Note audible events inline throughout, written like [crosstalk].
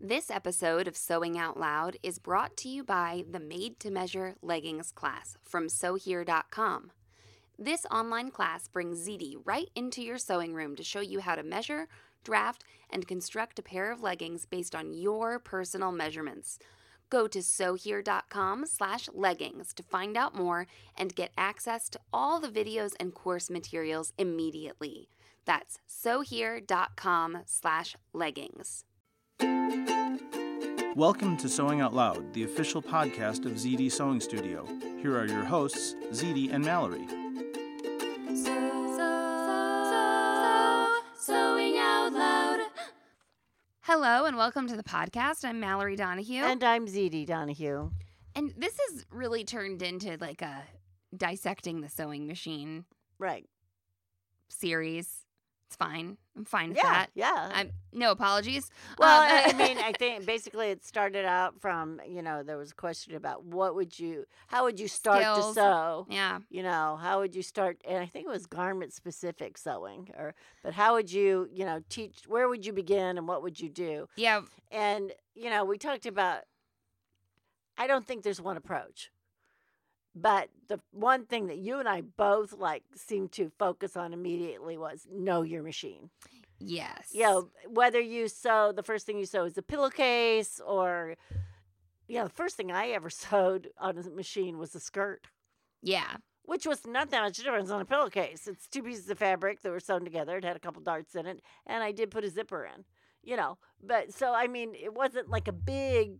This episode of Sewing Out Loud is brought to you by the Made to Measure Leggings class from SewHere.com. This online class brings ZD right into your sewing room to show you how to measure, draft, and construct a pair of leggings based on your personal measurements. Go to sewhere.com slash leggings to find out more and get access to all the videos and course materials immediately. That's sewhere.com slash leggings. Welcome to Sewing Out Loud, the official podcast of ZD Sewing Studio. Here are your hosts, ZD and Mallory. Sewing out loud. Hello and welcome to the podcast. I'm Mallory Donahue. And I'm ZD Donahue. And this has really turned into like a dissecting the sewing machine Right. series. It's fine. I'm fine with yeah. that. Yeah. I'm no apologies. well, Um, I I [laughs] mean, I think basically it started out from, you know, there was a question about what would you, how would you start Skills. to sew? yeah, You know, how would you start? And I think it was garment specific sewing, or, but how would you, you know, teach, where would you begin and what would you do? yeah, And, you know, we talked about, I don't think there's one approach. But the one thing that you and I both like seemed to focus on immediately was know your machine. yes, you know, whether you sew the first thing you sew is a pillowcase or you know, the first thing I ever [laughs] sewed on a machine was a skirt, yeah, which was not that much difference on a pillowcase. It's two pieces of fabric that were sewn together. It had a couple darts in it, and I did put a zipper in, you know. But so I mean, it wasn't like a big,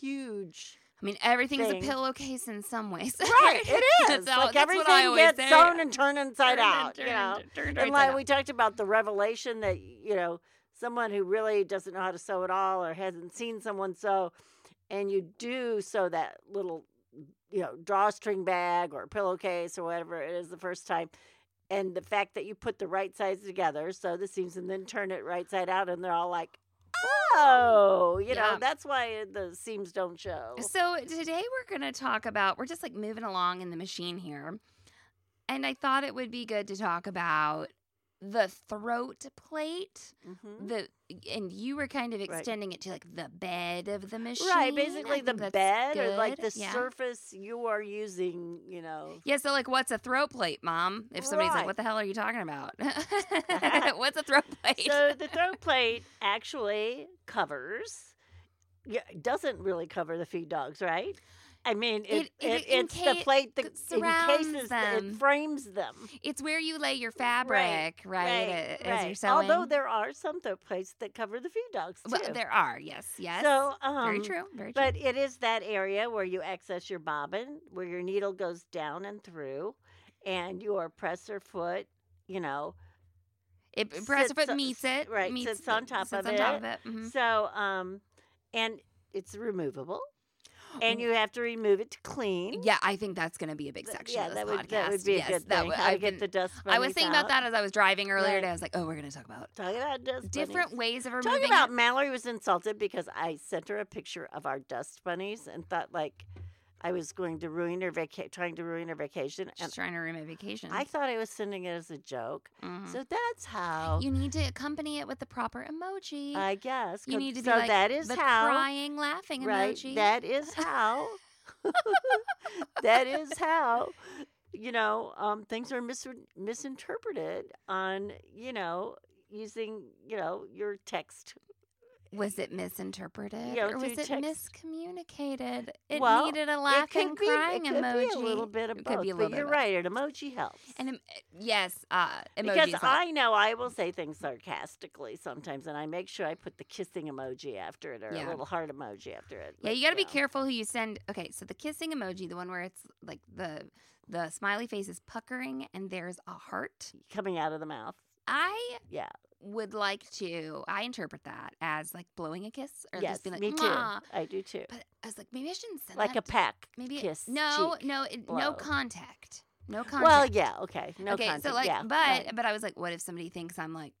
huge [laughs] I mean, everything's Thing. a pillowcase in some ways. [laughs] right. It is That's how- like that's what I everything always gets say. sewn and turned inside Turned out, and turned you know. and turned and right side like out. we talked about the revelation that you know someone who really doesn't know how to sew at all or hasn't seen someone sew and you do sew that little you know drawstring bag or pillowcase or whatever it is the first time and the fact that you put the right sides together sew the seams and then turn it right side out and they're all like oh you Yeah. know that's why the seams don't show So today we're going to talk about we're just like moving along in the machine here. And I thought it would be good to talk about the throat plate. Mhm. The and you were kind of Right. extending it to like the bed of the machine. Right, I basically the think that's bed or like good. the yeah. surface you are using, you know. Yeah, so like what's a throat plate, mom? If somebody's like Right. what the hell are you talking [laughs] about? [laughs] what's a throat plate? So [laughs] the throw plate actually covers yeah, it doesn't really cover the feed dogs, right? I mean, it, It- it it- it's the enca- plate that that surrounds encases, them. it frames them. it's where you lay your fabric, right? a- As you're selling. Although there are some throw plates that cover the feed dogs too. well, there are, yes, yes. So, um, very true, very true. But it is that area where you access your bobbin, where your needle goes down and through, and your presser foot, you know. It it- press sits foot o- meets s- it. right, meets sits on top sits of on it. top of it. mhm. So, um, and it's removable, and you have to remove it to clean. Mm-hmm. Yeah, I think that's going to be a big Th- section yeah, of this that podcast. would that would be a yes, good that thing. would- How to I've get been- the dust. I was thinking about bunnies out. that as I was driving earlier Right. today. I was like, oh, we're going to talk about Talking about dust. different bunnies. ways of Talking removing about it. Mallory was insulted because I sent her a picture of our dust bunnies and thought like I was going to ruin her vaca- trying to ruin her vacation, and Just trying to remove vacation. I thought I was sending it as a joke. Mhm. So that's how you need to accompany it with the proper emoji. I guess. you com- need to so be like that is the how crying, laughing right. emoji. That is how. [laughs] that is how. You know, um, things are mis- misinterpreted on you know using you know your text. was it misinterpreted Yeah, or was through it text. miscommunicated? It Well, needed a It laughing, could be, crying it could emoji. be a little bit of It both. could be a but little bit you're of both. right. An emoji helps. And em- yes, uh, emojis because help. I know I will say things sarcastically sometimes, and I make sure I put the kissing emoji after it or Yeah. a little heart emoji after it. Yeah, but, you got to be know. careful who you send. Okay, so the kissing emoji, the one where it's like the the smiley face is puckering and there's a heart. Coming out of the mouth. I Yeah. would like to. I interpret that as like blowing a kiss or yes, just being like me too. "Mwah." I do too. But I was like, maybe I shouldn't send like that. a pack [laughs] maybe kiss. no, cheek. no, it, no blow. contact, no contact. Well, yeah, okay, no okay, contact. so like, yeah, but right. but I was like, what if somebody thinks I'm like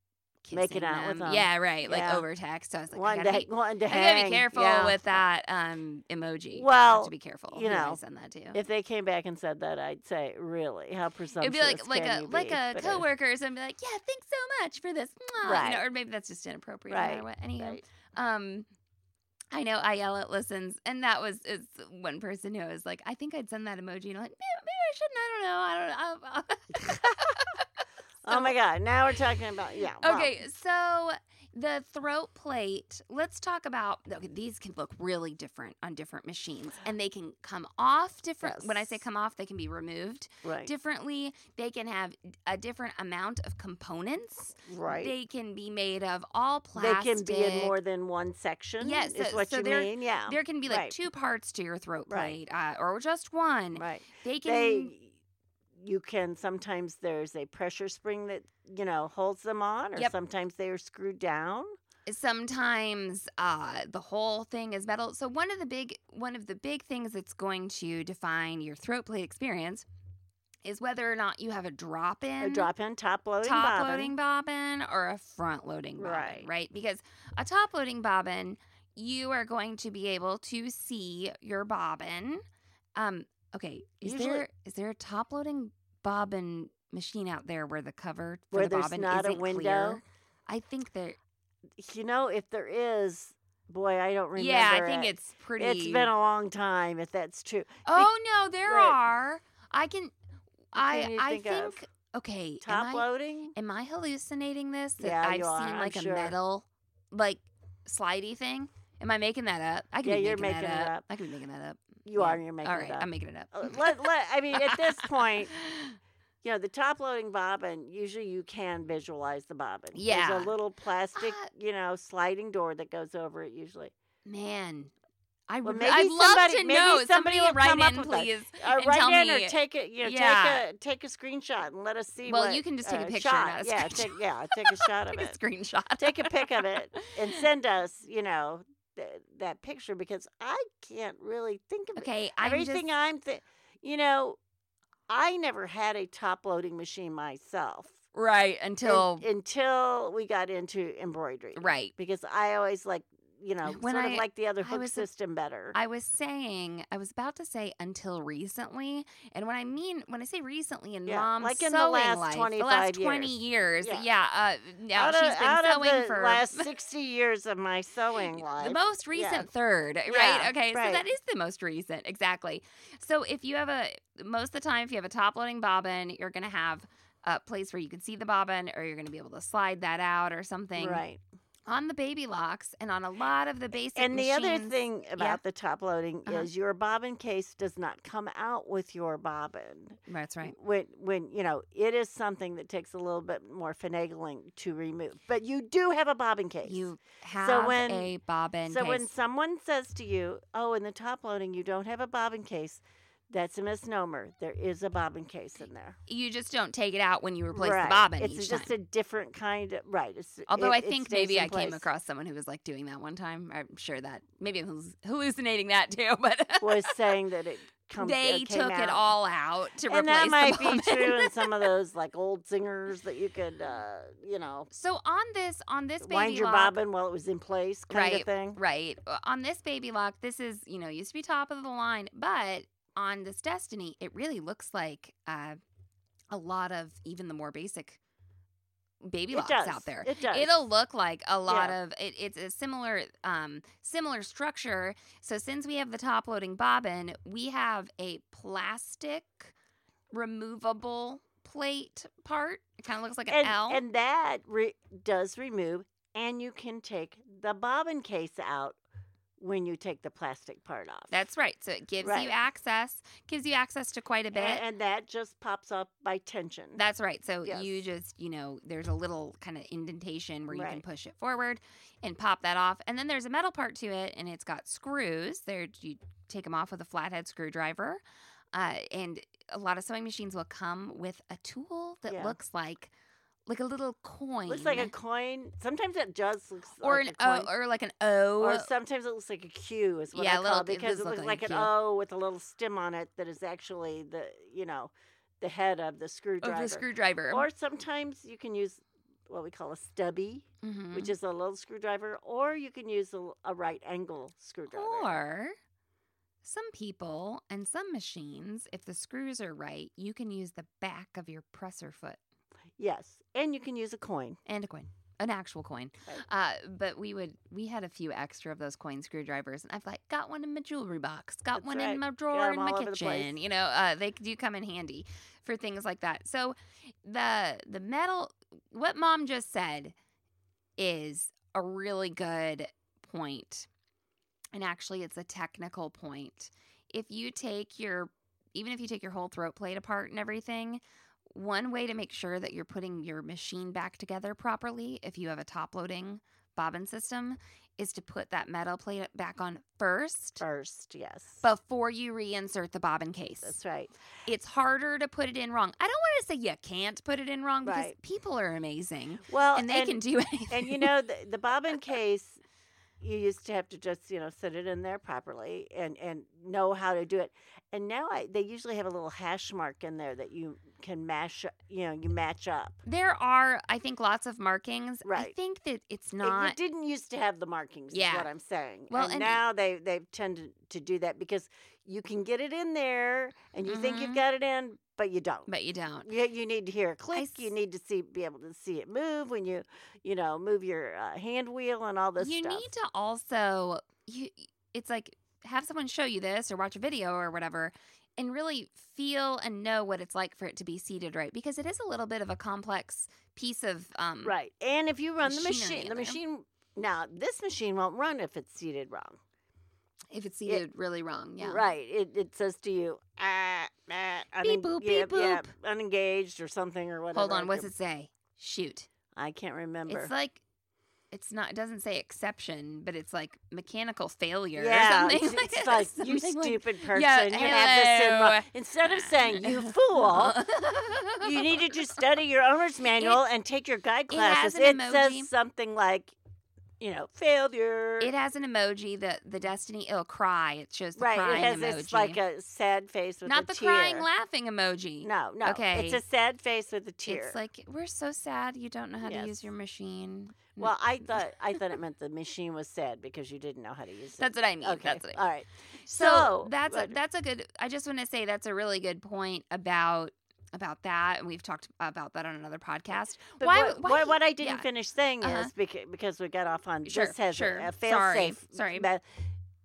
kissing Making out with them. Yeah, right, like Yeah. over text. So I was like, I one gotta day, be, one day. I gotta be careful with that um emoji. I have Well, to be careful. you who I know, send that to. If they came back and said that, I'd say, really, how It'd presumptuous be like like can a you like be? a But it- coworker or something. Be like, yeah, thanks so much for this. Mwah," you know, Right. or maybe that's just inappropriate. no matter Right, what. Anyhow, right. um, I know Ayala listens, and that was is one person who was like, I think I'd send that emoji, and I'm like, maybe, maybe I shouldn't. I [laughs] don't know. I don't oh my god! Now we're talking about [laughs] yeah. wow. Okay, so the throat plate, let's talk about okay, these can look really different on different machines and they can come off different. When I say Yes. come off, they can be removed Right. differently. They can have a different amount of components. right. They can be made of all They plastic. can be in more than one section. Yeah, is so- what so you they're- mean. Yeah. There can be like Right. two parts to your throat Right. plate uh, or just one. right. They can They. You can sometimes there's a pressure spring that you know holds them on, or Yep. sometimes they are screwed down. sometimes uh, the whole thing is metal. So one of the big one of the big things that's going to define your throat plate experience is whether or not you have a drop in, A drop in, top loading, top bobbin. loading bobbin, or a front loading bobbin, right? Right. Because a top loading bobbin, you are going to be able to see your bobbin. Um, okay, is Usually- there is there a top loading bobbin machine out there where the cover for Where the there's bobbin not a isn't window? clear? I think there You know, if there is, boy, I don't remember. yeah, I think it. it's pretty. It's been a long time, if that's true. oh no, there Right. are. I can. I can you I think think. of? Okay. am, Top I, loading. am I hallucinating this? That Yeah, I've you are, seen I'm like a sure. metal, like slidey thing. Am I making that up? I could Yeah, be you're making, making that it up. up. I could be making that up. You yeah. are. You're making All right, it up. I'm making it up. [laughs] Uh, let, let, I mean, at this point, you know, the top loading bobbin, usually you can visualize the bobbin. Yeah. There's a little plastic, Uh, you know, sliding door that goes over it usually. [laughs] man, I Well, would. maybe I'd love somebody- to maybe know. somebody will write come up in, with that. please. Uh, and right tell in me- or take it, you know, Yeah. take a take a screenshot and let us see. Well, what, you can just take a uh, picture, Shot. not a yeah, screenshot. take, yeah, take [laughs] a shot of Take a [laughs] it screenshot. Take a pic of it and send us, you know, th- that picture because I can't really think of it. [laughs] Okay, I'm everything just, I'm, th- you know, I never had a top loading machine myself right un- until until we got into embroidery, right. Because I always like, you know, When sort I- of like the other I hook was a- system better. I was saying, I was about to say until recently, and when I mean when I say recently in Yeah, mom's like in the sewing last life, the 25 last twenty years, Yeah. yeah, uh, now out she's of, been out sewing of the for last sixty years of [laughs] my sewing the life. most recent third, right? Yeah, okay, so right. that is the most recent, exactly. So if you have a most of the time, if you have a top loading bobbin, you're gonna have a place where you can see the bobbin, or you're gonna be able to slide that out or something right. on the baby locks and on a lot of the basic. And the other machines- thing about the top loading Uh-huh. is your bobbin case does not come out with your bobbin. that's right. when when you know it is something that takes a little bit more finagling to remove but you do have a bobbin case You have when- a bobbin so case. when someone says to you oh in the top loading you don't have a bobbin case that's a misnomer there is a bobbin case in there you just don't take it out when you replace right. the bobbin it's each just time. a different kind of right it's, Although it- I it think stays maybe in I came place. across someone who was like doing that one time. I'm sure that maybe I'm halluc- hallucinating that too, [laughs] but was saying [laughs] that it comes they it came took out. it all out to replace and that might the bobbin. be true in some of those like old singers that you could uh you know [laughs] So on this on this baby wind your lock, bobbin while it was in place kind Right, of thing Right. Uh, On this baby lock, this is, you know, used to be top of the line, but on this Destiny, it really looks like uh, a lot of even the more basic baby it locks does out there. it does It'll look like a lot of it, it's a similar um, similar structure. So since we have the top loading bobbin, we have a plastic removable plate part. It kind of looks like an and, L. and that re- does remove, and you can take the bobbin case out when you take the plastic part off. That's right. So it gives Right. you access, gives you access to quite a A- bit. And, that just pops off by tension. That's right. So you Yes. just, you know, there's a little kind of indentation where you can Right. push it forward and pop that off. And then there's a metal part to it, and it's got screws. There, you take them off with a flathead screwdriver. Uh, and a lot of sewing machines will come with a tool that Yeah. looks like like a little coin. looks like a coin. Sometimes it does looks or like an uh, a coin. O or like an O. Or sometimes it looks like a Q is what Yeah, I a call little- it it does because it look like looks like a an Q. O with a little stem on it that is actually the you know the head of the screwdriver. of the screwdriver. Or sometimes you can use what we call a stubby, Mhm. which is a little screwdriver, or you can use a, a right angle screwdriver. Or some people and some machines, if the screws are right, you can use the back of your presser foot Yes, and you can use a coin. and a coin. an actual coin. Right. Uh, but we would we had a few extra of those coin screwdrivers, and I've like got one in my jewelry box, got That's one right. in my Got drawer 'em in my all over the place. kitchen. You know, uh, they do come in handy for things like that. So the the metal, what mom just said, is a really good point, and actually, it's a technical point. If you take your even if you take your whole throat plate apart and everything, one way to make sure that you're putting your machine back together properly, if you have a top loading bobbin system, is to put that metal plate back on first First, yes. before you reinsert the bobbin case. That's right. It's harder to put it in wrong. I don't want to say you can't put it in wrong because Right. people are amazing Well, and they can do [laughs] anything. and you know the, the bobbin case you used to have to just you know set it in there properly and and know how to do it and now I, they usually have a little hash mark in there that you can mash up- you know you match up there are, I think, lots of markings. I Right. think that it's It- you not. didn't used to have the markings Yeah. is what i'm saying Well, and, and- now they they've tended to do that because you can get it in there and you think Mhm. you've got it in but you don't But you don't. you, you need to hear a click. you s- need to see, be able to see it move when you, you know, move your uh, hand wheel and all this you stuff. need to also you it's like have someone show you this or watch a video or whatever and really feel and know what it's like for it to be seated right because it is a little bit of a complex piece of um Right. And if you run the Machinery in machine, the there. machine now this machine won't run if it's seated wrong. if it's seated really wrong yeah Right. It, it says to you, ah, ah, Beep boop, beep unengaged or something or whatever. hold I on what's can't- it say shoot I can't remember. it's like it's not it doesn't say exception but it's like mechanical failure yeah, or something [laughs] it's, like it's like you something like- stupid [laughs] person. Yeah, you have this in wrong." hello. Instead of [laughs] saying you fool, you needed to study [laughs] your owner's manual and take your guide it has classes. an it emoji. says something like, you know, failure. it has an emoji that the destiny it'll cry it shows the right. crying It has emoji this like a sad face with not a the tear. crying laughing emoji No, no. Okay. It's a sad face with a tear. it's like we're so sad you don't know how Yes. to use your machine well, I thought I thought it meant the machine was sad because you didn't know how to use it. that's what i mean okay. that's what I All right. so, So, that's a, but- that's a good i just want to say that's a really good point about about that and we've talked about that on another podcast But Why- what, why what, you- what I didn't yeah. finish saying Uh-huh. is because, because we got off on Sure, this has a- sure. a fail Sorry, safe. sorry. But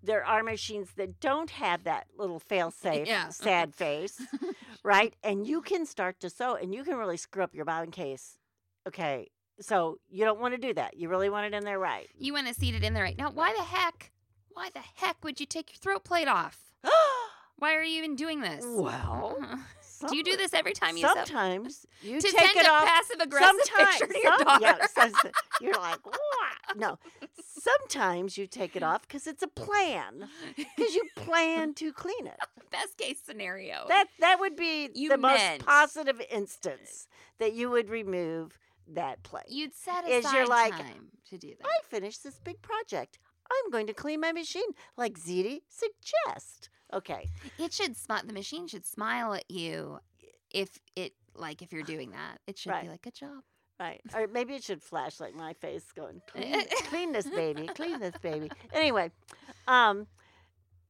there are machines that don't have that little fail safe Yeah. [laughs] sad face, right? And you can start to sew and you can really screw up your bobbin case. Okay. So you don't want to do that. You really want it in there right. you want to seat it in there right now why the heck why the heck would you take your throat plate off why are you even doing this well, [laughs] do you do this every time you sew? sometimes you to take send it a off passive aggressive [laughs] picture to your some- daughter yeah, some- [laughs] you're like, "Wah." no. Sometimes you take it off because it's a plan, because you plan to clean it. [laughs] best case scenario That that would be You the meant- most positive instance that you would remove that plate. You'd set aside is you're like, time to do that. I finished this big project. I'm going to clean my machine like Ziti suggests. Okay, It should smile. The machine should smile at you if it like if you're doing that. It should be Right. like good job. right. Or maybe it should flash like my face going, clean, [laughs] clean this baby, clean this baby. Anyway, um,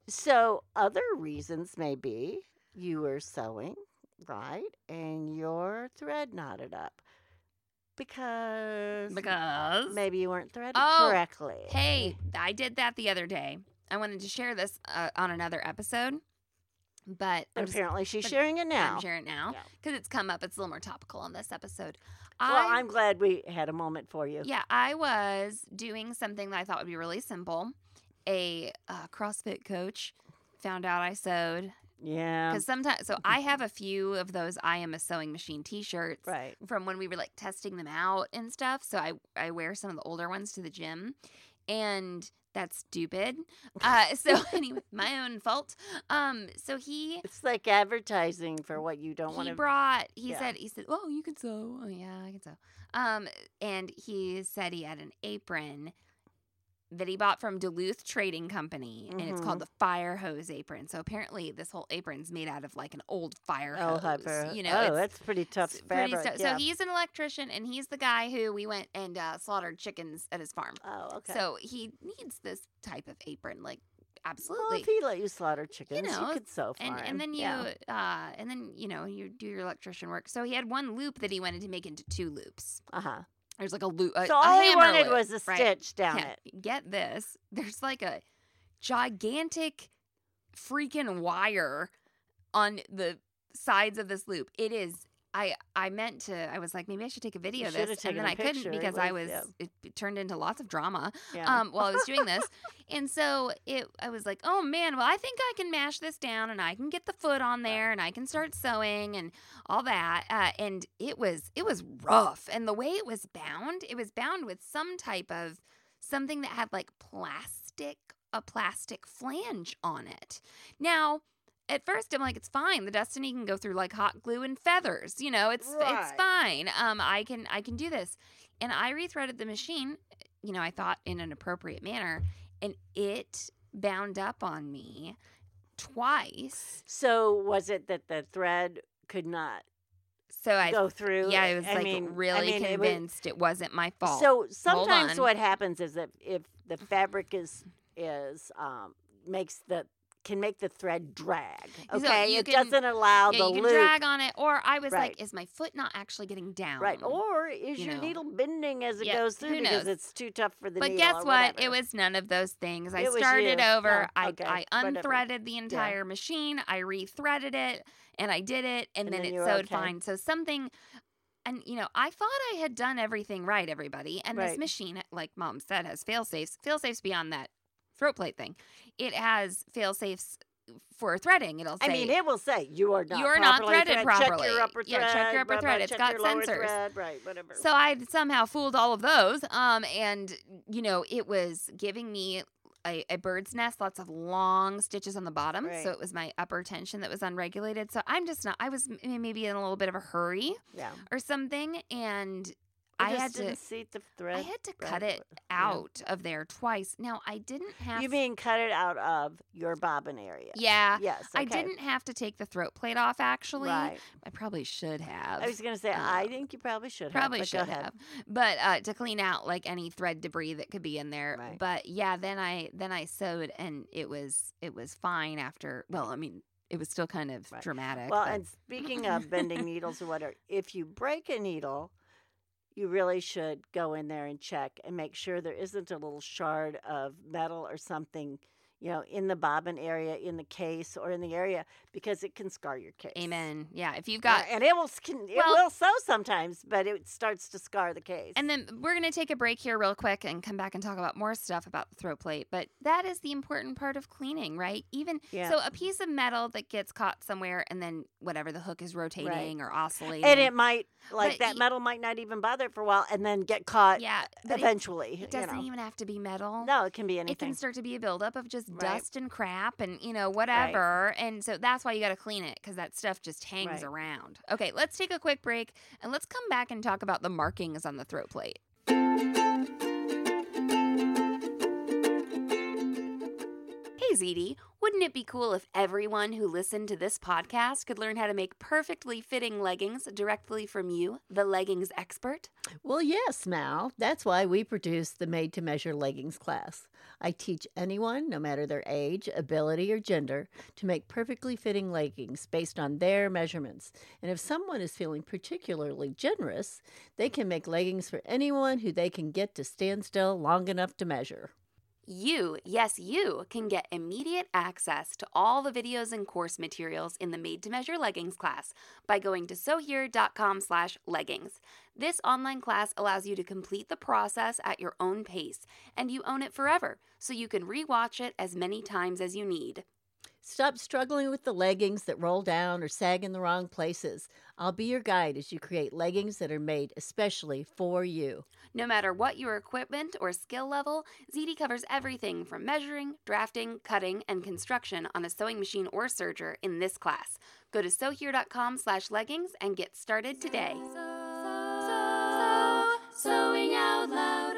so other reasons may be you were sewing, right? And your thread knotted up because, Because maybe you weren't threaded Oh, correctly. hey, I did that the other day. I wanted to share this uh, on another episode, but I'm But just apparently she's but sharing it now. I'm sharing it now Yeah. because it's come up. It's a little more topical on this episode. Well, I'm glad we had a moment for you. Yeah, I was doing something that I thought would be really simple. A uh, CrossFit coach found out I sewed Yeah. because sometimes. So I have a few of those I am a sewing machine T-shirts Right. from when we were like testing them out and stuff. So I I wear some of the older ones to the gym, and that's stupid. Uh, so [laughs] anyway, my own fault. Um, so he It's like advertising for Mm. what you don't want he to. brought he Yeah. said he said oh you can sew oh yeah i can sew um and he said he had an apron that he bought from duluth trading company and it's Mm-hmm. called the fire hose apron so apparently this whole apron's made out of like an old fire oh, [laughs] hose hyper. you know oh, it's- that's pretty tough it's pretty fabric. stu- yeah. so he's an electrician and he's the guy who we went and uh, slaughtered chickens at his farm oh, okay. so he needs this type of apron like absolutely Well, if he let you slaughter chickens, you, know, could sew for and him. and then you Yeah. uh and then you know you do your electrician work so he had one loop that he wanted to make into two loops Uh-huh. There's like a loop. A, so a all he hammer wanted loop, was a right? stitch down Yeah, it. Get this. [laughs] There's like a gigantic freaking wire on the sides of this loop. It is I I meant to I was like maybe I should take a video You of should this have and taken then a I couldn't picture. It because I was was- yeah. it, it turned into lots of drama Yeah. um while I was doing this. and so it I was like, "Oh man, well I think I can mash this down and I can get the foot on there and I can start sewing and all that." Uh, and it was it was rough. And the way it was bound, it was bound with some type of something that had like plastic a plastic flange on it. Now, at first I'm like it's fine. The Destiny can go through like hot glue and feathers, you know. It's it's Right. fine. Um I can I can do this. And I rethreaded the machine, you know, I thought in an appropriate manner and it bound up on me twice. so was it that the thread could not So I go through? yeah, I was like mean- I really mean, it was- convinced it, was, not my fault. So sometimes on. what happens is that if the fabric is is um, makes the can make the thread drag. So Okay, you it can- doesn't allow yeah, the you can loop. drag on it or I was Right. like is my foot not actually getting down? Right, or is Um, you your know. needle bending as it Yeah, goes who through because knows? it's too tough for the But needle? guess or what? whatever. It was none of those things. I It was started you. over. Oh, I, okay. I Whatever. unthreaded the entire machine. I rethreaded it and I did it and, And then, then it you were sewed okay. fine. So something and you know, I thought I had done everything right, everybody. And this Right. machine, like mom said, has fail safes. Fail safes beyond that throat plate thing. It has fail safes for threading. It'll say I mean, it will say you are not "You're not properly threaded Check your properly." upper Yeah, thread. check your upper blah, blah, thread. It's check got your lower sensors. thread, right, whatever. So I had somehow fooled all of those. Um, and you know, it was giving me a, a bird's nest, lots of long stitches on the bottom. Right. So it was my upper tension that was unregulated. So I'm just not. I was m- maybe in a little bit of a hurry yeah, or something, and You I just had to. didn't see the thread. I had to cut thread. it out of there twice. Now I didn't have. You mean cut it out of your bobbin area? Yeah. Yes. I okay. didn't have to take the throat plate off. Actually, Right. I probably should have. I was going to say, uh, I think you probably should have. Probably but go should ahead. have, but uh, to clean out like any thread debris that could be in there. Right. But yeah, then I then I sewed and it was it was fine after. Well, I mean, it was still kind of Right. dramatic. Well, but- and speaking of bending needles or whatever, if you break a needle, you really should go in there and check and make sure there isn't a little shard of metal or something, you know, in the bobbin area, in the case, or in the area because it can scar your case. amen. Yeah, if you've Yeah, got. and it will skin- it Well- will sew sometimes, but it starts to scar the case. And then we're going to take a break here, real quick, and come back and talk about more stuff about the throat plate. But that is the important part of cleaning, right? Even Yeah. so, a piece of metal that gets caught somewhere, and then whatever the hook is rotating or oscillating, and it might like But that y- metal might not even bother for a while and then get caught yeah, but it, eventually. it doesn't you know. even have to be metal. No, it can be it can anything. start to be a buildup of just Right. dust and crap and you know whatever and so that's why you got to clean it because that stuff just hangs Right. around okay let's take a quick break and let's come back and talk about the markings on the throat plate Hey ZD, wouldn't it be cool if everyone who listened to this podcast could learn how to make perfectly fitting leggings directly from you, the leggings expert? Well, yes, Mal. That's why we produce the Made to Measure Leggings class. I teach anyone, no matter their age, ability, or gender, to make perfectly fitting leggings based on their measurements. And if someone is feeling particularly generous, they can make leggings for anyone who they can get to stand still long enough to measure. You, yes, you can get immediate access to all the videos and course materials in the Made to Measure Leggings class by going to sewhere.com/leggings. This online class allows you to complete the process at your own pace and you own it forever, so you can rewatch it as many times as you need. Stop struggling with the leggings that roll down or sag in the wrong places. I'll be your guide as you create leggings that are made especially for you. No matter what your equipment or skill level, ZD covers everything from measuring, drafting, cutting, and construction on a sewing machine or serger in this class. Go to sewhere.com slash leggings and get started today. sewing out loud.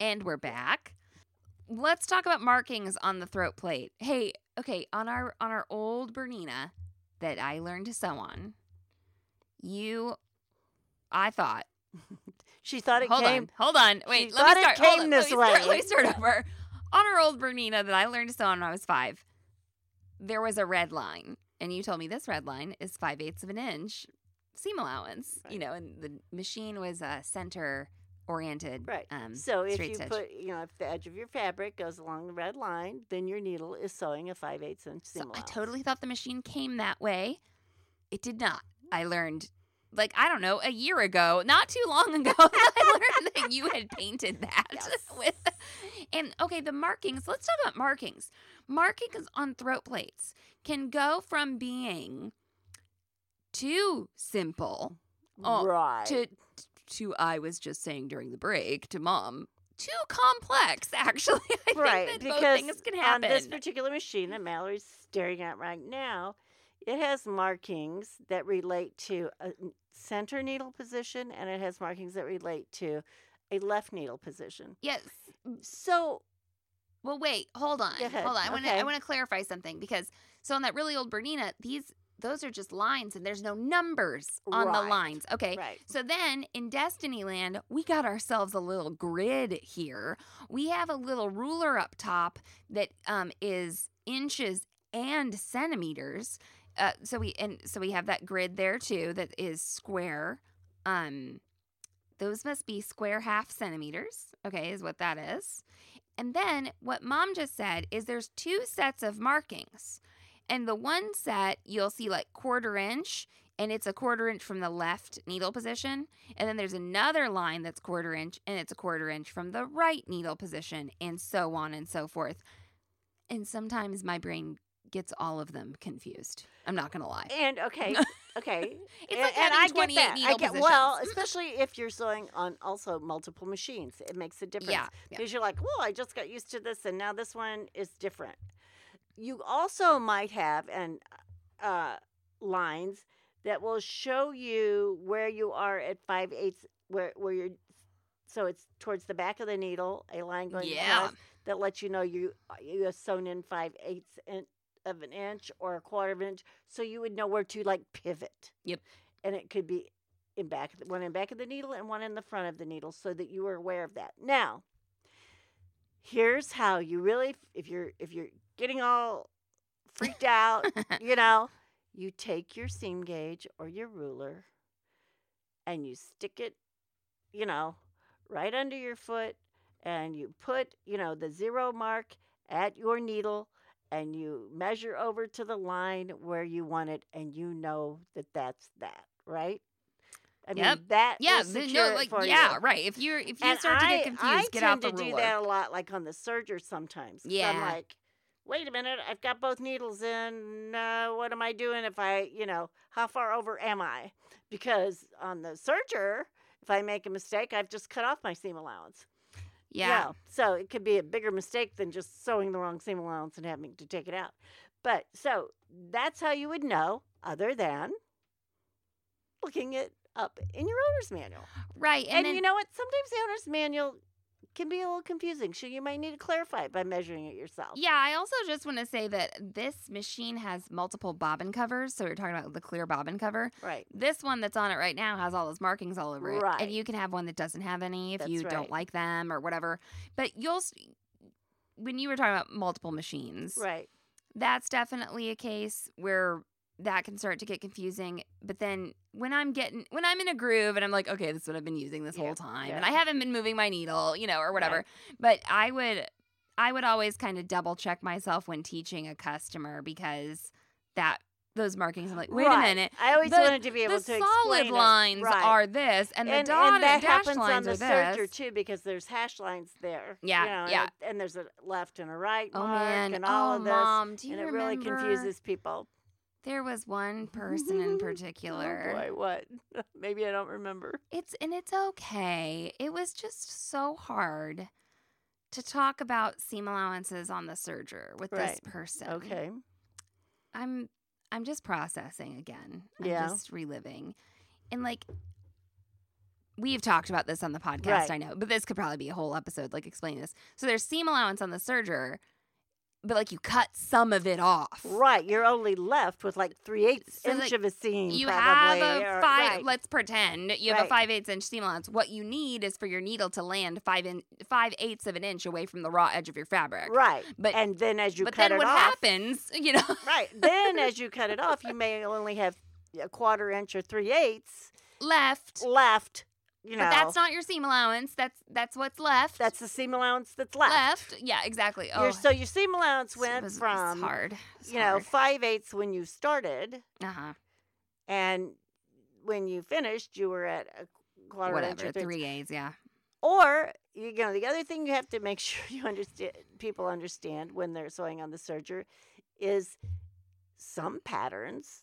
And we're back. Let's talk about markings on the throat plate. Hey, okay, on our on our old Bernina that I learned to sew on, you I thought She thought it hold came. on, hold on. Wait, She let me thought it start. hold came on, this let me start, way. let me start over. On our old Bernina that I learned to sew on when I was five, there was a red line, and you told me this red line is five eighths of an inch seam allowance. You know, and the machine was uh, center oriented. Right. Um, so if straight you stitch. put, you know, if the edge of your fabric goes along the red line, then your needle is sewing a 5 8 inch seam. So I allowance. totally thought the machine came that way. It did not. I learned, like, I don't know, a year ago, not too long ago, [laughs] that I learned that you had painted that [laughs] [laughs] with. And okay, the markings, let's talk about markings. Markings on throat plates can go from being too simple oh, right. to, to I was just saying during the break to mom. Too complex, [laughs] actually. I [laughs] right. think that both because things can on happen. this particular machine that Mallory's staring at right now, it has markings that relate to a n- center needle position and it has markings that relate to a left needle position. yes. So, Well, wait, hold on, ahead. hold on. I want to Okay. I want to clarify something because so on that really old Bernina, these those are just lines and there's no numbers on Right. the lines. Okay. right. So then in Destiny Land, we got ourselves a little grid here. We have a little ruler up top that um, is inches and centimeters. Uh, so we and so we have that grid there too that is square. Um, those must be square half centimeters. Okay, is what that is. And then what mom just said is there's two sets of markings. And the one set you'll see like quarter inch and it's a quarter inch from the left needle position. And then there's another line that's quarter inch, and it's a quarter inch from the right needle position, and so on and so forth. And sometimes my brain gets all of them confused. I'm not gonna lie. And [laughs] okay, okay. It's A- like and having I get 28 that. I needle [laughs] get, Well, positions. especially if you're sewing on also multiple machines, it makes a difference. Yeah, yeah. Because you're like, well, I just got used to this, and now this one is different. You also might have and uh, lines that will show you where you are at five eighths, where where you're. So it's towards the back of the needle, a line going Yeah. across that lets you know you you have sewn in five eighths in, of an inch or a quarter of an inch, so you would know where to like pivot. Yep. And it could be in back of the, one in back of the needle and one in the front of the needle, so that you are aware of that. Now, here's how you really if you're if you're getting all [laughs] freaked out, you know, you take your seam gauge or your ruler and you stick it, you know, right under your foot and you put, you know, the zero mark at your needle and you measure over to the line where you want it and you know that that's that, right? I Yep. mean, that will yeah, the- secure no, it like for yeah, you. right. If you're if you And start to I- get confused, I get out the tend to ruler. do that a lot, like on the serger sometimes. 'cause I'm Yeah. like, wait a minute, I've got both needles in. Uh, what am I doing if I, you know, how far over am I? Because on the serger, if I make a mistake, I've just cut off my seam allowance. yeah. So it could be a bigger mistake than just sewing the wrong seam allowance and having to take it out. But so that's how you would know, other than looking it up in your owner's manual. right. And, And, then, you know what? Sometimes the owner's manual can be a little confusing, so you might need to clarify it by measuring it yourself. Yeah, I also just want to say that this machine has multiple bobbin covers. So we're talking about the clear bobbin cover. Right. This one that's on it right now has all those markings all over it. Right. And you can have one that doesn't have any if That's you right. don't like them or whatever. But you'll, s- when you were talking about multiple machines, Right. that's definitely a case where that can start to get confusing. But then when I'm getting, when I'm in a groove and I'm like, okay, this is what I've been using this Yeah, whole time and yeah. I haven't been moving my needle, you know, or whatever. But I would, I would always kind of double check myself when teaching a customer because that, those markings, I'm like, wait a Right. minute. I always the- wanted to be able The to explain solid it. lines Right. are this, and, and, the dot and that dash happens on lines the are this. serger too because there's hash lines there. Yeah, you know, and yeah. it- And, there's a left and a right Oh mark man! and all oh of this, mom, do you and it remember? really confuses people. There was one person [laughs] in particular. Oh boy, what? [laughs] Maybe I don't remember. It's and it's okay. It was just so hard. to talk about seam allowances on the serger with this Right. person. Okay. I'm I'm just processing again. I'm Yeah. just reliving. And like we've talked about this on the podcast, Right. I know, but this could probably be a whole episode like explaining this. So there's seam allowance on the serger, but like you cut some of it off. Right. You're only left with like three eighths So, inch like, of a seam. You probably, have a or- five. right. Let's pretend you have a Right. five eighths inch seam allowance. What you need is for your needle to land five in five eighths of an inch away from the raw edge of your fabric. Right. But- and then as you but cut then it what off, happens? You know, [laughs] [laughs] right. Then as you cut it off, you may only have a quarter inch or three eighths left. left. You know, But that's not your seam allowance. That's that's what's left. that's the seam allowance that's left. left. Yeah, exactly. Oh, Your, so your seam allowance it went was- it's from hard. It's you know five eighths when you started, uh huh, and when you finished, you were at a quarter inch whatever, or three A's. Yeah, Or you know, the other thing you have to make [laughs] sure you understand people understand when they're sewing on the serger is some patterns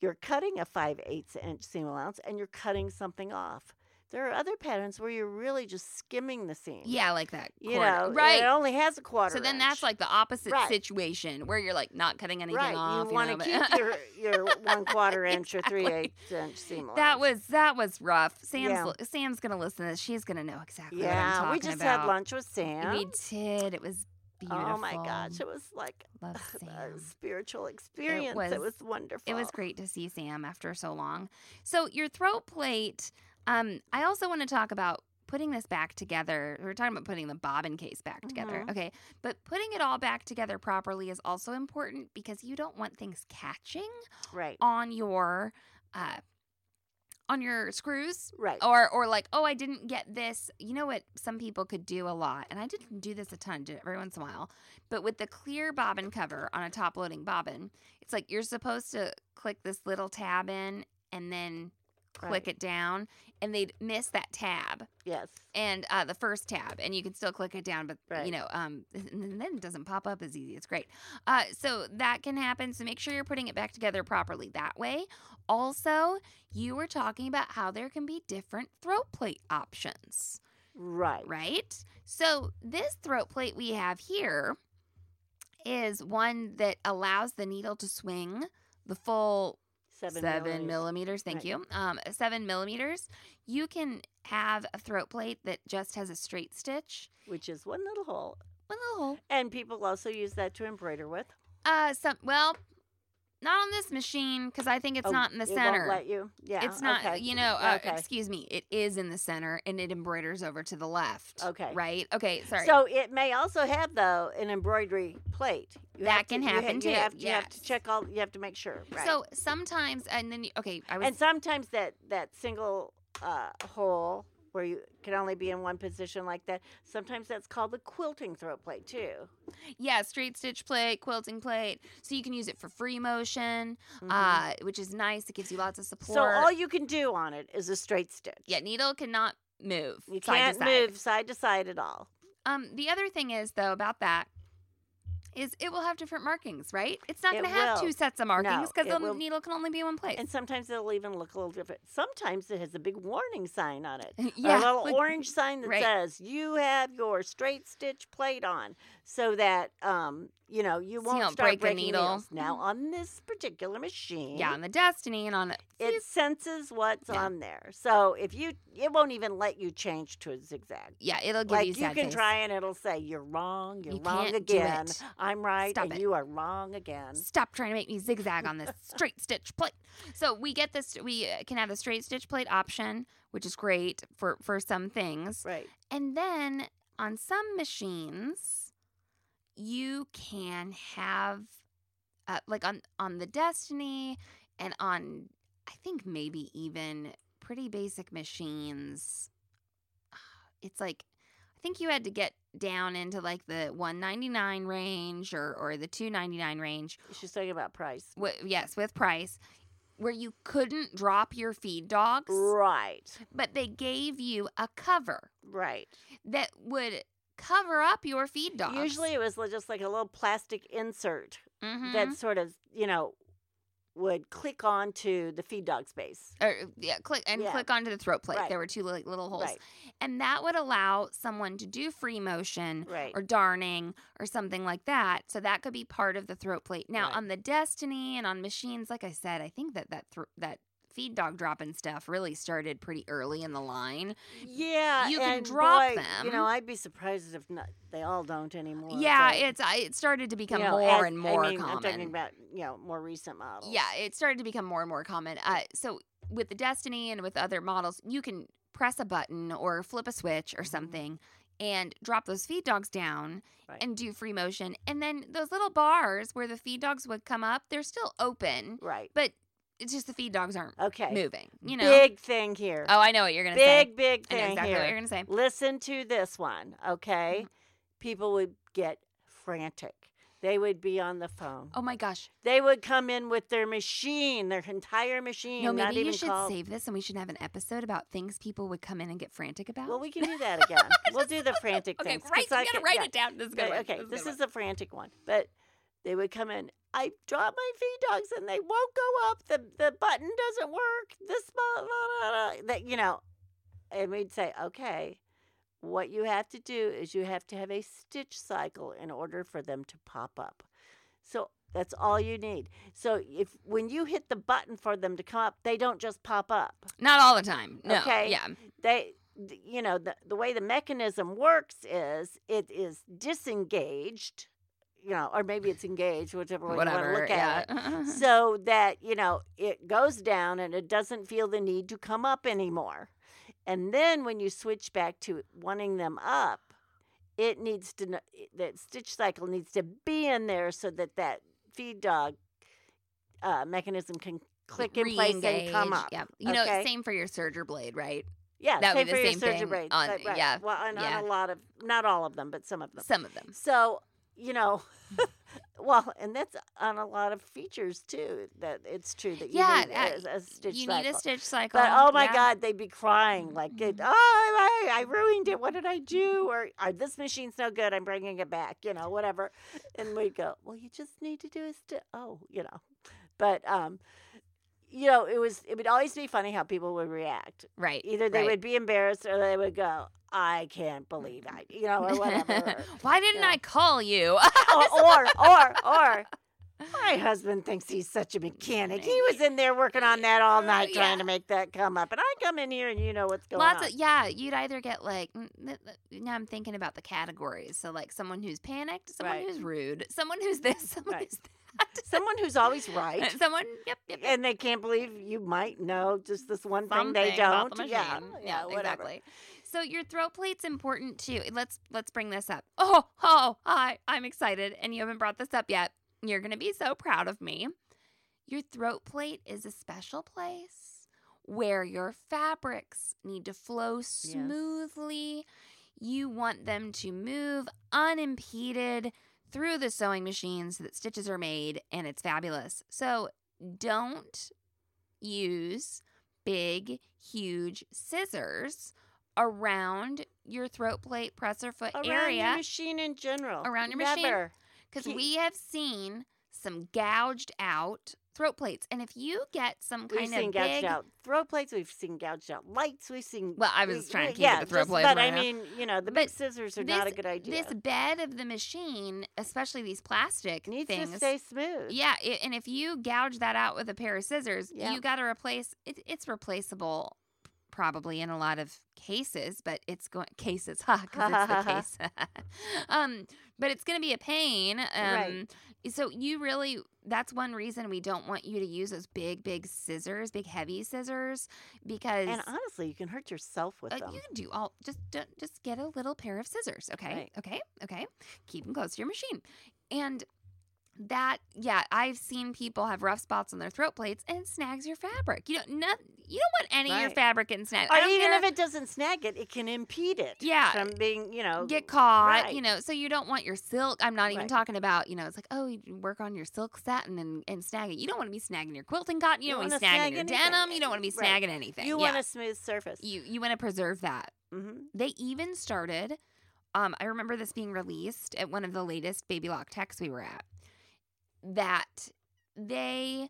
you're cutting a five eighths inch seam allowance and you're cutting something off. There are other patterns where you're really just skimming the seam. yeah, like that. You quarter- know, right? It only has a quarter. so then inch. that's like the opposite Right. situation where you're like not cutting anything right. off. you want to know, but- [laughs] keep your your one quarter inch or three Exactly. eighths inch seam allowance. That was that was rough. Sam's Yeah. li- Sam's gonna listen to this. She's gonna know exactly what I'm yeah. talking We just about. had lunch with Sam. We did. It was beautiful. Oh my gosh, it was like Love a Sam. spiritual experience. It was, was- wonderful. It was great to see Sam after so long. So your throat plate. Um, I also want to talk about putting this back together. We We're talking about putting the bobbin case back together. Mhm. Okay, but putting it all back together properly is also important because you don't want things catching Right. on your uh, on your screws Right. or or like oh i didn't get this you know what some people could do a lot and i didn't do this a ton did it every once in a while but with the clear bobbin cover on a top loading bobbin it's like you're supposed to click this little tab in and then click Right. it down and they'd miss that tab Yes. and uh, the first tab and you can still click it down but you Right. know um, [laughs] and then it doesn't pop up as easy it's great uh, so that can happen so make sure you're putting it back together properly that way also you were talking about how there can be different throat plate options Right. right so this throat plate we have here is one that allows the needle to swing the full Seven, seven millimeters. Thank Right. you. Um, seven millimeters. You can have a throat plate that just has a straight stitch, which is one little hole. one little hole. And people also use that to embroider with. Uh, some well, not on this machine because I think it's Oh, not in the it center. Won't let you. Yeah. It's not, okay. you know, uh, okay. excuse me, it is in the center and it embroiders over to the left. Okay. Right? Okay, sorry. So it may also have though an embroidery plate. You That have can to, you ha- happen, you too, Have to, You have to yes. check all. You have to make sure. Right. So sometimes, and then, you- okay, I was, and sometimes that that single uh, hole where you can only be in one position like that. Sometimes that's called the quilting throat plate too. yeah, straight stitch plate, quilting plate. So you can use it for free motion, Mhm. uh, which is nice. It gives you lots of support. So all you can do on it is a straight stitch. Yeah, needle cannot move. side You to can't side. move side to side at all. Um, the other thing is though about that is it will have different markings, right? It's not It going to have will. two sets of markings No, because it the will- needle can only be in one place. And sometimes it'll even look a little different. Sometimes it has a big warning sign on [laughs] it. yeah, a little like- orange sign that right. says you have your straight stitch plate on so that um, you know you So you won't don't start break a breaking needle. needles. Now on this particular machine, Yeah, on the Destiny and on it. it senses what's Yeah. on there. So if you it won't even let you change to a zigzag. yeah, it'll give like you you, sad can face. try and it'll say you're wrong, you're You wrong can't do again. it. I'm right Stop and it. you are wrong again. Stop trying to make me zigzag [laughs] on this straight stitch plate. So we get this. We uh, can have the straight stitch plate option, which is great for for some things. Right. And then on some machines, you can have, uh, like on on the Destiny and on, I think maybe even pretty basic machines. [sighs] It's like, I think you had to get down into like the 199 range or or the 299 range. She's talking about price. W- yes, with price, where you couldn't drop your feed dogs, Right. but they gave you a cover Right. that would cover up your feed dogs. Usually it was li- just like a little plastic insert Mhm. that sort of, you know, would click onto the feed dog space. or Er, yeah, click and Yeah. click onto the throat plate. Right. There were two like little holes, Right. and that would allow someone to do free motion Right. or darning or something like that. So that could be part of the throat plate. Now Right. on the Destiny and on machines, like I said, I think that that thro that feed dog dropping stuff really started pretty early in the line. Yeah, You can and drop boy, You them. know, I'd be surprised if not. They all don't anymore. yeah, but, it's I- it started to become you know, more as- and more I mean, I'm common. talking about you know more recent models. Yeah, it started to become more and more common. Uh, so with the Destiny and with other models, you can press a button or flip a switch Mm-hmm. or something and drop those feed dogs down Right. and do free motion. And then those little bars where the feed dogs would come up, they're still open, Right. but it's just the feed dogs aren't Okay. moving, you know? Big thing here. oh, I know what you're going to say. big big I know thing exactly here. what you're going to say. Mm-hmm. Listen to this one, okay? People would get frantic. They would be on the phone. Oh my gosh. They would come in with their machine, their entire machine. No, not maybe you even should called- save this and we should have an episode about things people would come in and get frantic about. [laughs] Well, we can do that again. we'll do the frantic okay, thing. right. I'm going to write it down. [laughs] This is a good. Okay, one. okay, a this good one. is a frantic one. But they would come in. I dropped my feed dogs and they won't go up. The the button doesn't work. This blah, blah, blah, blah," that you know, and we'd say, okay, what you have to do is you have to have a stitch cycle in order for them to pop up. So that's all you need. So if when you hit the button for them to come up, they don't just pop up Not all the time. No. Okay. Yeah. they th- you know the, the way the mechanism works is it is disengaged you know or maybe it's engaged whichever way you Whatever. want to look yeah. [laughs] Uh-huh. at it so that you know it goes down and it doesn't feel the need to come up anymore and then when you switch back to wanting them up it needs to kn- it- that stitch cycle needs to be in there so that that feed dog uh, mechanism can click in place and come Re-engage. up Yeah. You know, okay? same for your serger blade, right? Yeah, That would same be for the your same surgery thing braid, on- right, right. yeah, Well, on, yeah. on a lot of, not all of them, but some of them. Some of them. So, [laughs] you know, [laughs] well, and that's on a lot of features too. That it's true that you Yeah, need uh, a, a stitch you cycle. need a stitch cycle. But oh my yeah. Mm-hmm. God, they'd be crying like, it, "Oh, I, I ruined it. What did I do?" Or, "Oh, "This machine's no good. I'm bringing it back." You know, whatever. And we'd go, "Well, you just need to do is to oh, you know." But um, you know, it was it would always be funny how people would react. Right. Either they right. would be embarrassed or they would go, "I can't believe I," you know, or whatever. [laughs] Why didn't Yeah. I call you? [laughs] or, or, or, or. My husband thinks [laughs] he's such a mechanic. He was in there working on that all night Yeah. trying to make that come up. And I come in here and you know what's going Lots on. of yeah, you'd either get like mm, th- th- now I'm thinking about the categories. So like someone who's panicked, someone Right. who's rude, someone who's this, [laughs] someone Right. who's [laughs] Someone who's always that, right. someone yep yep. yep. And they can't believe you might know just this one thing they something about don't. the yeah, Oh, machine. yeah, whatever. exactly. So your throat plate's important too. Let's let's bring this up. [laughs] Oh, oh, I I'm excited, and you haven't brought this up yet. You're gonna be so proud of me. Your throat plate is a special place where your fabrics need to flow smoothly. You want them to move unimpeded through the sewing machine so that stitches are made and it's fabulous. So don't use big, huge scissors around your throat plate presser foot Around your area machine in general. Around your Never. machine. because Ye- we have seen some gouged out throat plates. And if you get some We've kind seen of gouged big, out throw plates. We've seen gouged out lights. We've seen. well, I was we- trying we- to keep yeah, it the throat just- plate. But right I now. mean, you know, the But big scissors are not a good idea. This bed of the machine, especially these plastic needs things, to stay smooth. Yeah, i and if you gouge that out with a pair of scissors, Yeah. you got to replace. It, it's replaceable, probably in a lot of cases, but it's going cases, [laughs] huh? Because it's [laughs] the case. [laughs] um, but it's going to be a pain. Um, Right. So you really, that's one reason we don't want you to use those big, big scissors, big heavy scissors, because. And honestly, you can hurt yourself with uh, them. you can do all just don't- just get a little pair of scissors okay Right. okay okay keep them close to your machine and that yeah i've seen people have rough spots on their throat plates and it snags your fabric you don't not, you don't want any of your Right. fabric in snag Or i don't even care if it doesn't snag it, it can impede it. Yeah. From being, you know. get caught Oh, Right. you know so you don't want your silk i'm not even Right. talking about you know it's like oh you work on your silk satin and, and snag it you don't want to be snagging your quilting cotton you, You don't want to wanna be snagging snag your anything. denim you don't want to be Right. snagging anything You yeah. Mm-hmm. want a smooth surface. you you want to preserve that hmm They even started, um, I remember this being released at one of the latest Baby Lock techs we were at, that they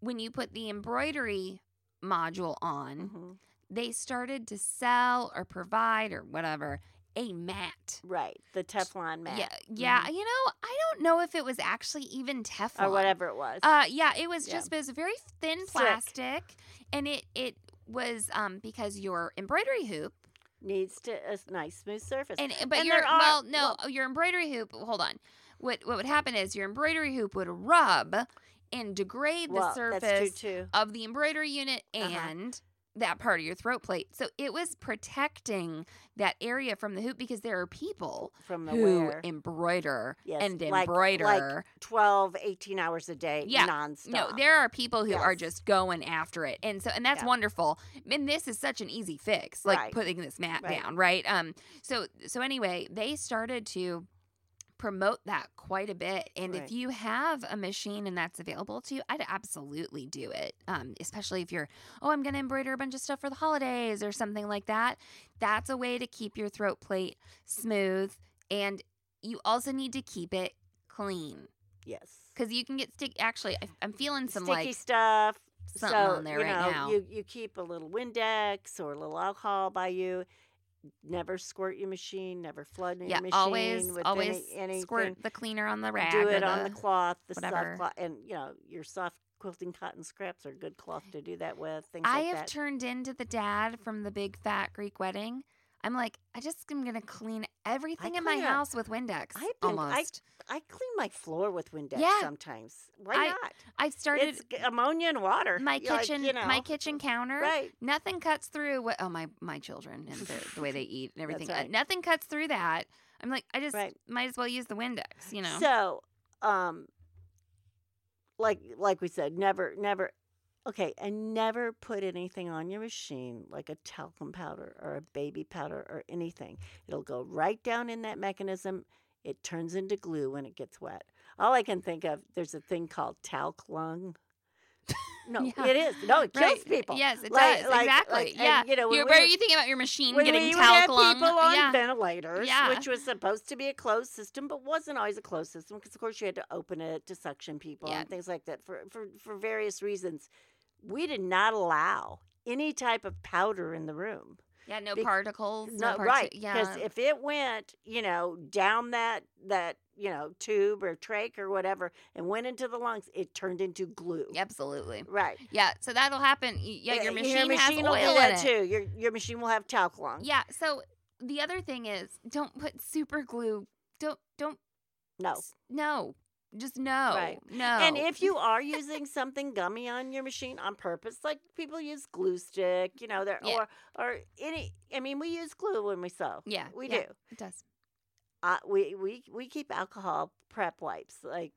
when you put the embroidery module on, Mhm. they started to sell or provide or whatever a mat. Right. The Teflon mat. mm-hmm, Yeah, yeah. You know, I don't know if it was actually even Teflon Or whatever it was. Uh, yeah, it was Yeah. just it was very thin Slick. plastic, and it it was um because your embroidery hoop Needs to a s- nice smooth surface. and eh, but And your there are- well no oh, your embroidery hoop hold on what what would happen is your embroidery hoop would rub and degrade the well, surface That's true too. of the embroidery unit Uh-huh. and that part of your throat plate. So it was protecting that area from the hoop because there are people From the who wear. embroider Yes, and like- like embroider. 12, 18 hours a day, Yeah. nonstop. no, there are people who are Yes. just going after it. And so and that's Yeah. wonderful. And this is such an easy fix, like Right. putting this mat Right. down, right? Um so so anyway, they started to promote that quite a bit and Right. if you have a machine and that's available to you i'd absolutely do it um, especially if you're oh i'm going to embroider a bunch of stuff for the holidays or something like that that's a way to keep your throat plate smooth and you also need to keep it clean yes. because you can get stick. Actually, I, I'm feeling some sticky like stuff. something so, on there you right know, now. You you keep a little Windex or a little alcohol by you. Never squirt your machine. Never flood your yeah, machine. always with always any, squirt anything. the cleaner on the rag. Do or it on the the- cloth, the whatever. soft cloth, and you know your soft quilting cotton scraps are good cloth to do that with. Things I like have that. turned into the dad from the Big Fat Greek Wedding. I'm like, I just am gonna clean everything in my clean up- house with Windex. I've been- I- almost. I clean my floor with Windex Yeah. sometimes. Why I not? I, started It's g- ammonia and water. my You're like, kitchen you know, my kitchen counter. Right. Nothing cuts through what oh my my children and their, the [laughs] way they eat and everything. Uh, right. nothing cuts through that. I'm like, I just Right. might as well use the Windex, you know. So, um, like like we said, never, never. Okay, and never put anything on your machine like a talcum powder or a baby powder or anything. It'll go right down in that mechanism. It turns into glue when it gets wet. All I can think of, there's a thing called talc [laughs] lung. No, Yeah. it is. No, it kills Right. people. Yes, it Like- does. like- exactly. like- and, yeah. you know, when You're, we where were- you thinking about your machine when getting we would talc have lung? people on yeah. ventilators, Yeah. which was supposed to be a closed system, but wasn't always a closed system because, of course, you had to open it to suction people Yeah. and things like that for, for, for various reasons. We did not allow any type of powder in the room. yeah, no Be- particles. No, Not parti- right, Yeah. because if it went, you know, down that that you know tube or trach or whatever, and went into the lungs, it turned into glue. Absolutely. Right. Yeah. So that'll happen. Y- Yeah, your machine, Eh, machine will has do oil that in it. too. Your your machine will have talc lung. Yeah. So the other thing is, don't put super glue. Don't don't No. s- no. Just no. Right. No. And if you are using something gummy on your machine on purpose, like people use glue stick, you know, there Yeah. or or any. I mean, we use glue when we sew. Yeah, we yeah. do. it does. Uh, we we we keep alcohol prep wipes, like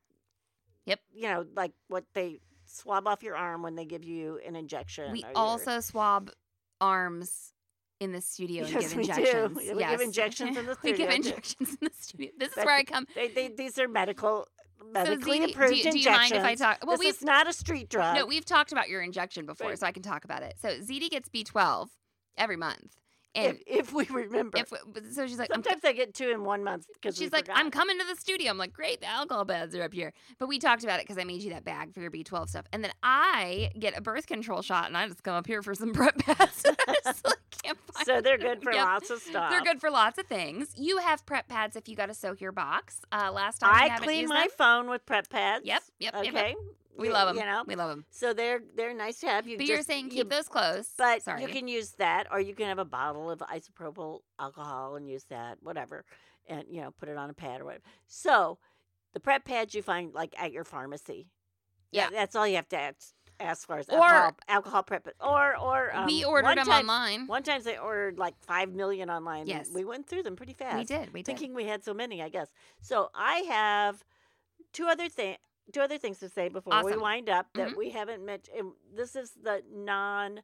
Yep. you know, like what they swab off your arm when they give you an injection. We or your- also swab arms in the studio and Yes, give we do. injections. We give Yes. injections in the [laughs] we give studio, too. injections in the studio. This is But where I come. They, they, these are medical, medically Zeke, do approved you- do injections. you mind if I talk- well, this we've- is not a street drug. No, we've talked about your injection before, Um, Right. so I can talk about it. So ZD gets B12 every month, if, and if we remember. if, so, she's like, I'm, Sometimes I get two in one month because she's like, I'm coming to the studio. I'm like, great, the alcohol pads are up here. But we talked about it because I made you that bag for your B12 stuff, and then I get a birth control shot, and I just come up here for some [laughs] prep pads. I just, like, can't find So they're good for Yeah. lots of stuff. They're good for lots of things. You have prep pads if you got to soak your box. Uh, last time you I haven't clean used my them. phone with prep pads. Yep, yep, yep, Okay. yep. We love them. You know. we love them. so they're they're nice to have. You But just, you're saying keep you- those close. But Sorry. you can use that, or you can have a bottle of isopropyl alcohol and use that, whatever, and you know put it on a pad or whatever. So the prep pads you find like at your pharmacy. Yeah. that's all you have to ask, ask for is Or- alcohol, alcohol prep. Or or um, we ordered one them time- online. One time they ordered like five million online. and Yes. we went through them pretty fast. We did. We did. thinking we had so many, I guess. So I have two other thing, two other things to say before we Awesome. wind up that Mhm. we haven't mentioned. and This is the non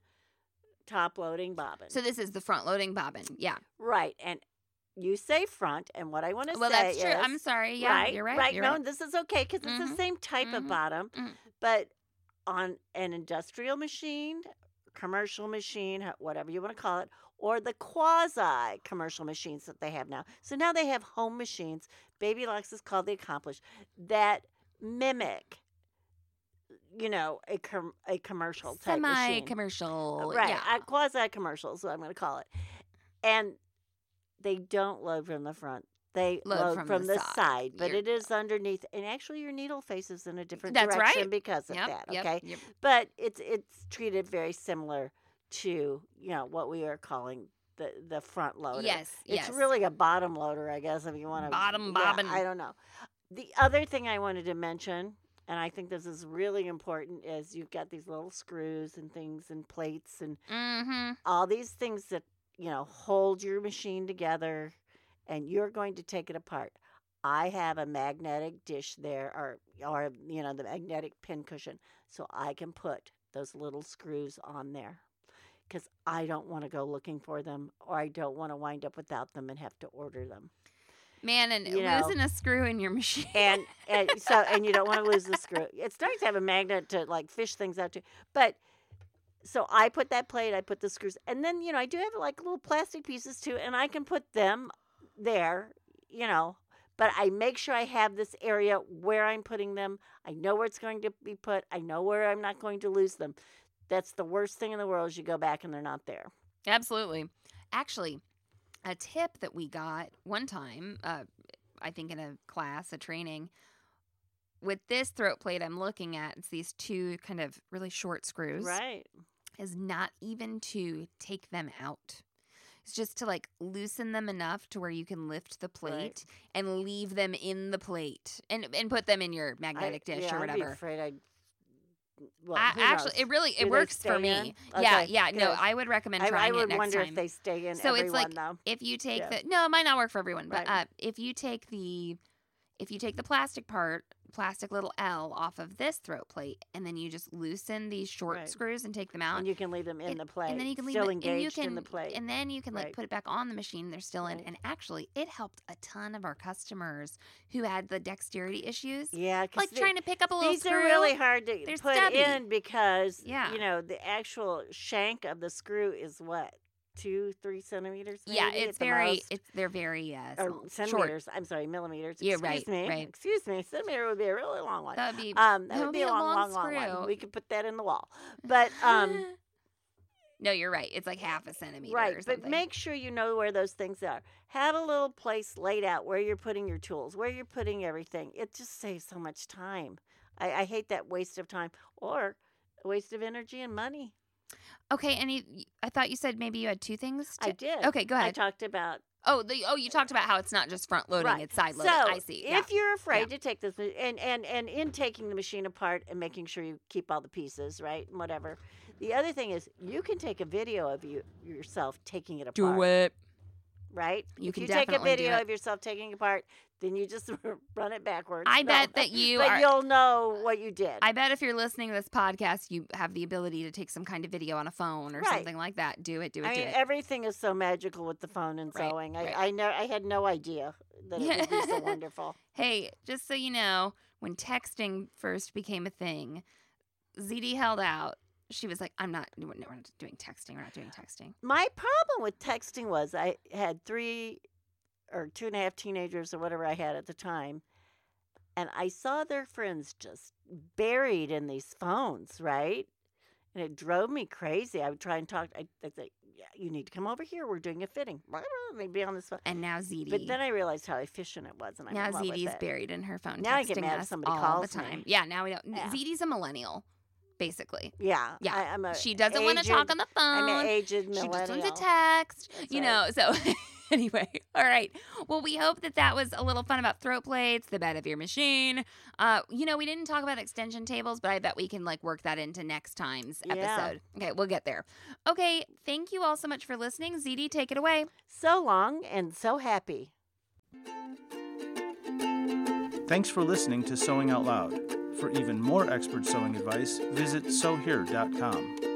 top loading bobbin, So this is the front loading bobbin. Yeah. right? And you say front, and what I want to Well, say that's true. is I'm sorry. Yeah, right, you're right. You're no, right. this is okay because it's Mhm, the same type of mhm, bottom, mhm. but on an industrial machine, commercial machine, ho- whatever you want to call it, or the quasi commercial machines that they have now. So now they have home machines. Baby Lux is called the Accomplish that mimic you know, a com- a commercial type Semi machine. Uh, commercial. right? Yeah. A quasi commercial is what I'm going to call it. And they don't load from the front. They Load load, from from, the the, side. side, but You're- it is underneath. And actually, your needle faces in a different That's right. direction because of Yep, that. yep, Okay, yep. but it's it's treated very similar to you know what we are calling the the front loader. Yes, it's yes. really a bottom loader, I guess, if you want to Bottom bobbin. I don't know. The other thing I wanted to mention, and I think this is really important, is you've got these little screws and things and plates and Mm-hmm. all these things that you know hold your machine together, and you're going to take it apart. I have a magnetic dish there, or or you know the magnetic pin cushion, so I can put those little screws on there, because I don't want to go looking for them, or I don't want to wind up without them and have to order them. Man, and You know. losing a screw in your [laughs] machine. and, and so and you don't want to lose the screw. It's nice to have a magnet to like fish things out to, but so I put that plate, I put the screws, and then you know I do have like little plastic pieces too, and I can put them there, you know. But I make sure I have this area where I'm putting them. I know where it's going to be put. I know where I'm not going to lose them. That's the worst thing in the world is you go back and they're not there. Absolutely. Actually, a tip that we got one time, uh, I think in a class, a training, with this throat plate I'm looking at, it's these two kind of really short screws, Right. is not even to take them out. It's just to like loosen them enough to where you can lift the plate and leave them in the plate and and put them in your magnetic I, dish yeah, or I'd be whatever. afraid I'd. Well, I, who actually, knows? it really Do it they works for stay me. in? Yeah, Okay, yeah. No, good. I would recommend I, trying I would it next wonder time. if they stay in So it's everyone like though. if you take Yeah. the no, it might not work for everyone, but Right. uh, if you take the if you take the plastic part, plastic little L off of this throat plate, and then you just loosen these short Right. screws and take them out, And you can leave them in and- the plate. and then you can leave still them, engaged and you can, in the plate. and then you can like Right. put it back on the machine they're still in. Right. And actually, it helped a ton of our customers who had the dexterity issues, yeah, 'cause like the- trying to pick up a little these screw. are really hard to they're put stubby. in because Yeah. you know the actual shank of the screw is what two, three centimeters. yeah, maybe it's at the very most? it's they're very uh, or small, short. centimeters. I'm sorry, millimeters. Yeah, Excuse right, me. right. Excuse me. Centimeter would be a really long one. That would be um, that would be a long, long long, long screw. one. We could put that in [laughs] the wall, but um. no, you're right. It's like half a centimeter. Right, or but something. make sure you know where those things are. Have a little place laid out where you're putting your tools, where you're putting everything. It just saves so much time. I, I hate that waste of time or a waste of energy and money. okay. And you, I thought you said maybe you had two things. To, I did. Okay, go I ahead. talked about oh, the, oh, you talked about how it's not just front loading; Right. it's side loading. So I see. Yeah. If you're afraid to take this ma- and, and and in taking the machine apart and making sure you keep all the pieces right and whatever. The other thing is you can take a video of you yourself taking it apart. it. right? You if can you take a definitely do video it. of yourself taking it apart, then you just [laughs] run it backwards. I No. bet that you [laughs] but are. you'll know what you did. I bet if you're listening to this podcast, you have the ability to take some kind of video on a phone or Right. something like that. Do it, do it, I do mean, it. everything is so magical with the phone and Right, sewing. I, right. I know I had no idea that it would [laughs] be Yeah. so wonderful. hey, just so you know, when texting first became a thing, ZD held out. She was like, "I'm not. No, we're not doing texting. We're not doing texting." My problem with texting was I had three or two and a half teenagers or whatever I had at the time, and I saw their friends just buried in these phones, right? And it drove me crazy. I would try and talk. I, I'd say, yeah, you need to come over here. We're doing a fitting. Blah, blah, blah, They'd be on this phone. And now ZD. But then I realized how efficient it was, and I'm now in love with ZD's it. buried in her phone Now I texting get mad if us somebody all calls the time. me. Yeah, now we don't. Yeah. ZD's a millennial, basically. Yeah, Yeah, I, am a she doesn't want to talk aged- on the I'm an phone. aged She millennial. just wants to text. That's you right. know. So [laughs] anyway, all right. Well, we hope that that was a little fun about throat plates, the bed of your machine. Uh, you know, we didn't talk about extension tables, but I bet we can like work that into next time's Yeah. episode. Okay, we'll get there. Okay, thank you all so much for listening. ZD, take it away. So long and so happy. Thanks for listening to Sewing Out Loud. For even more expert sewing advice, visit sewhere.com.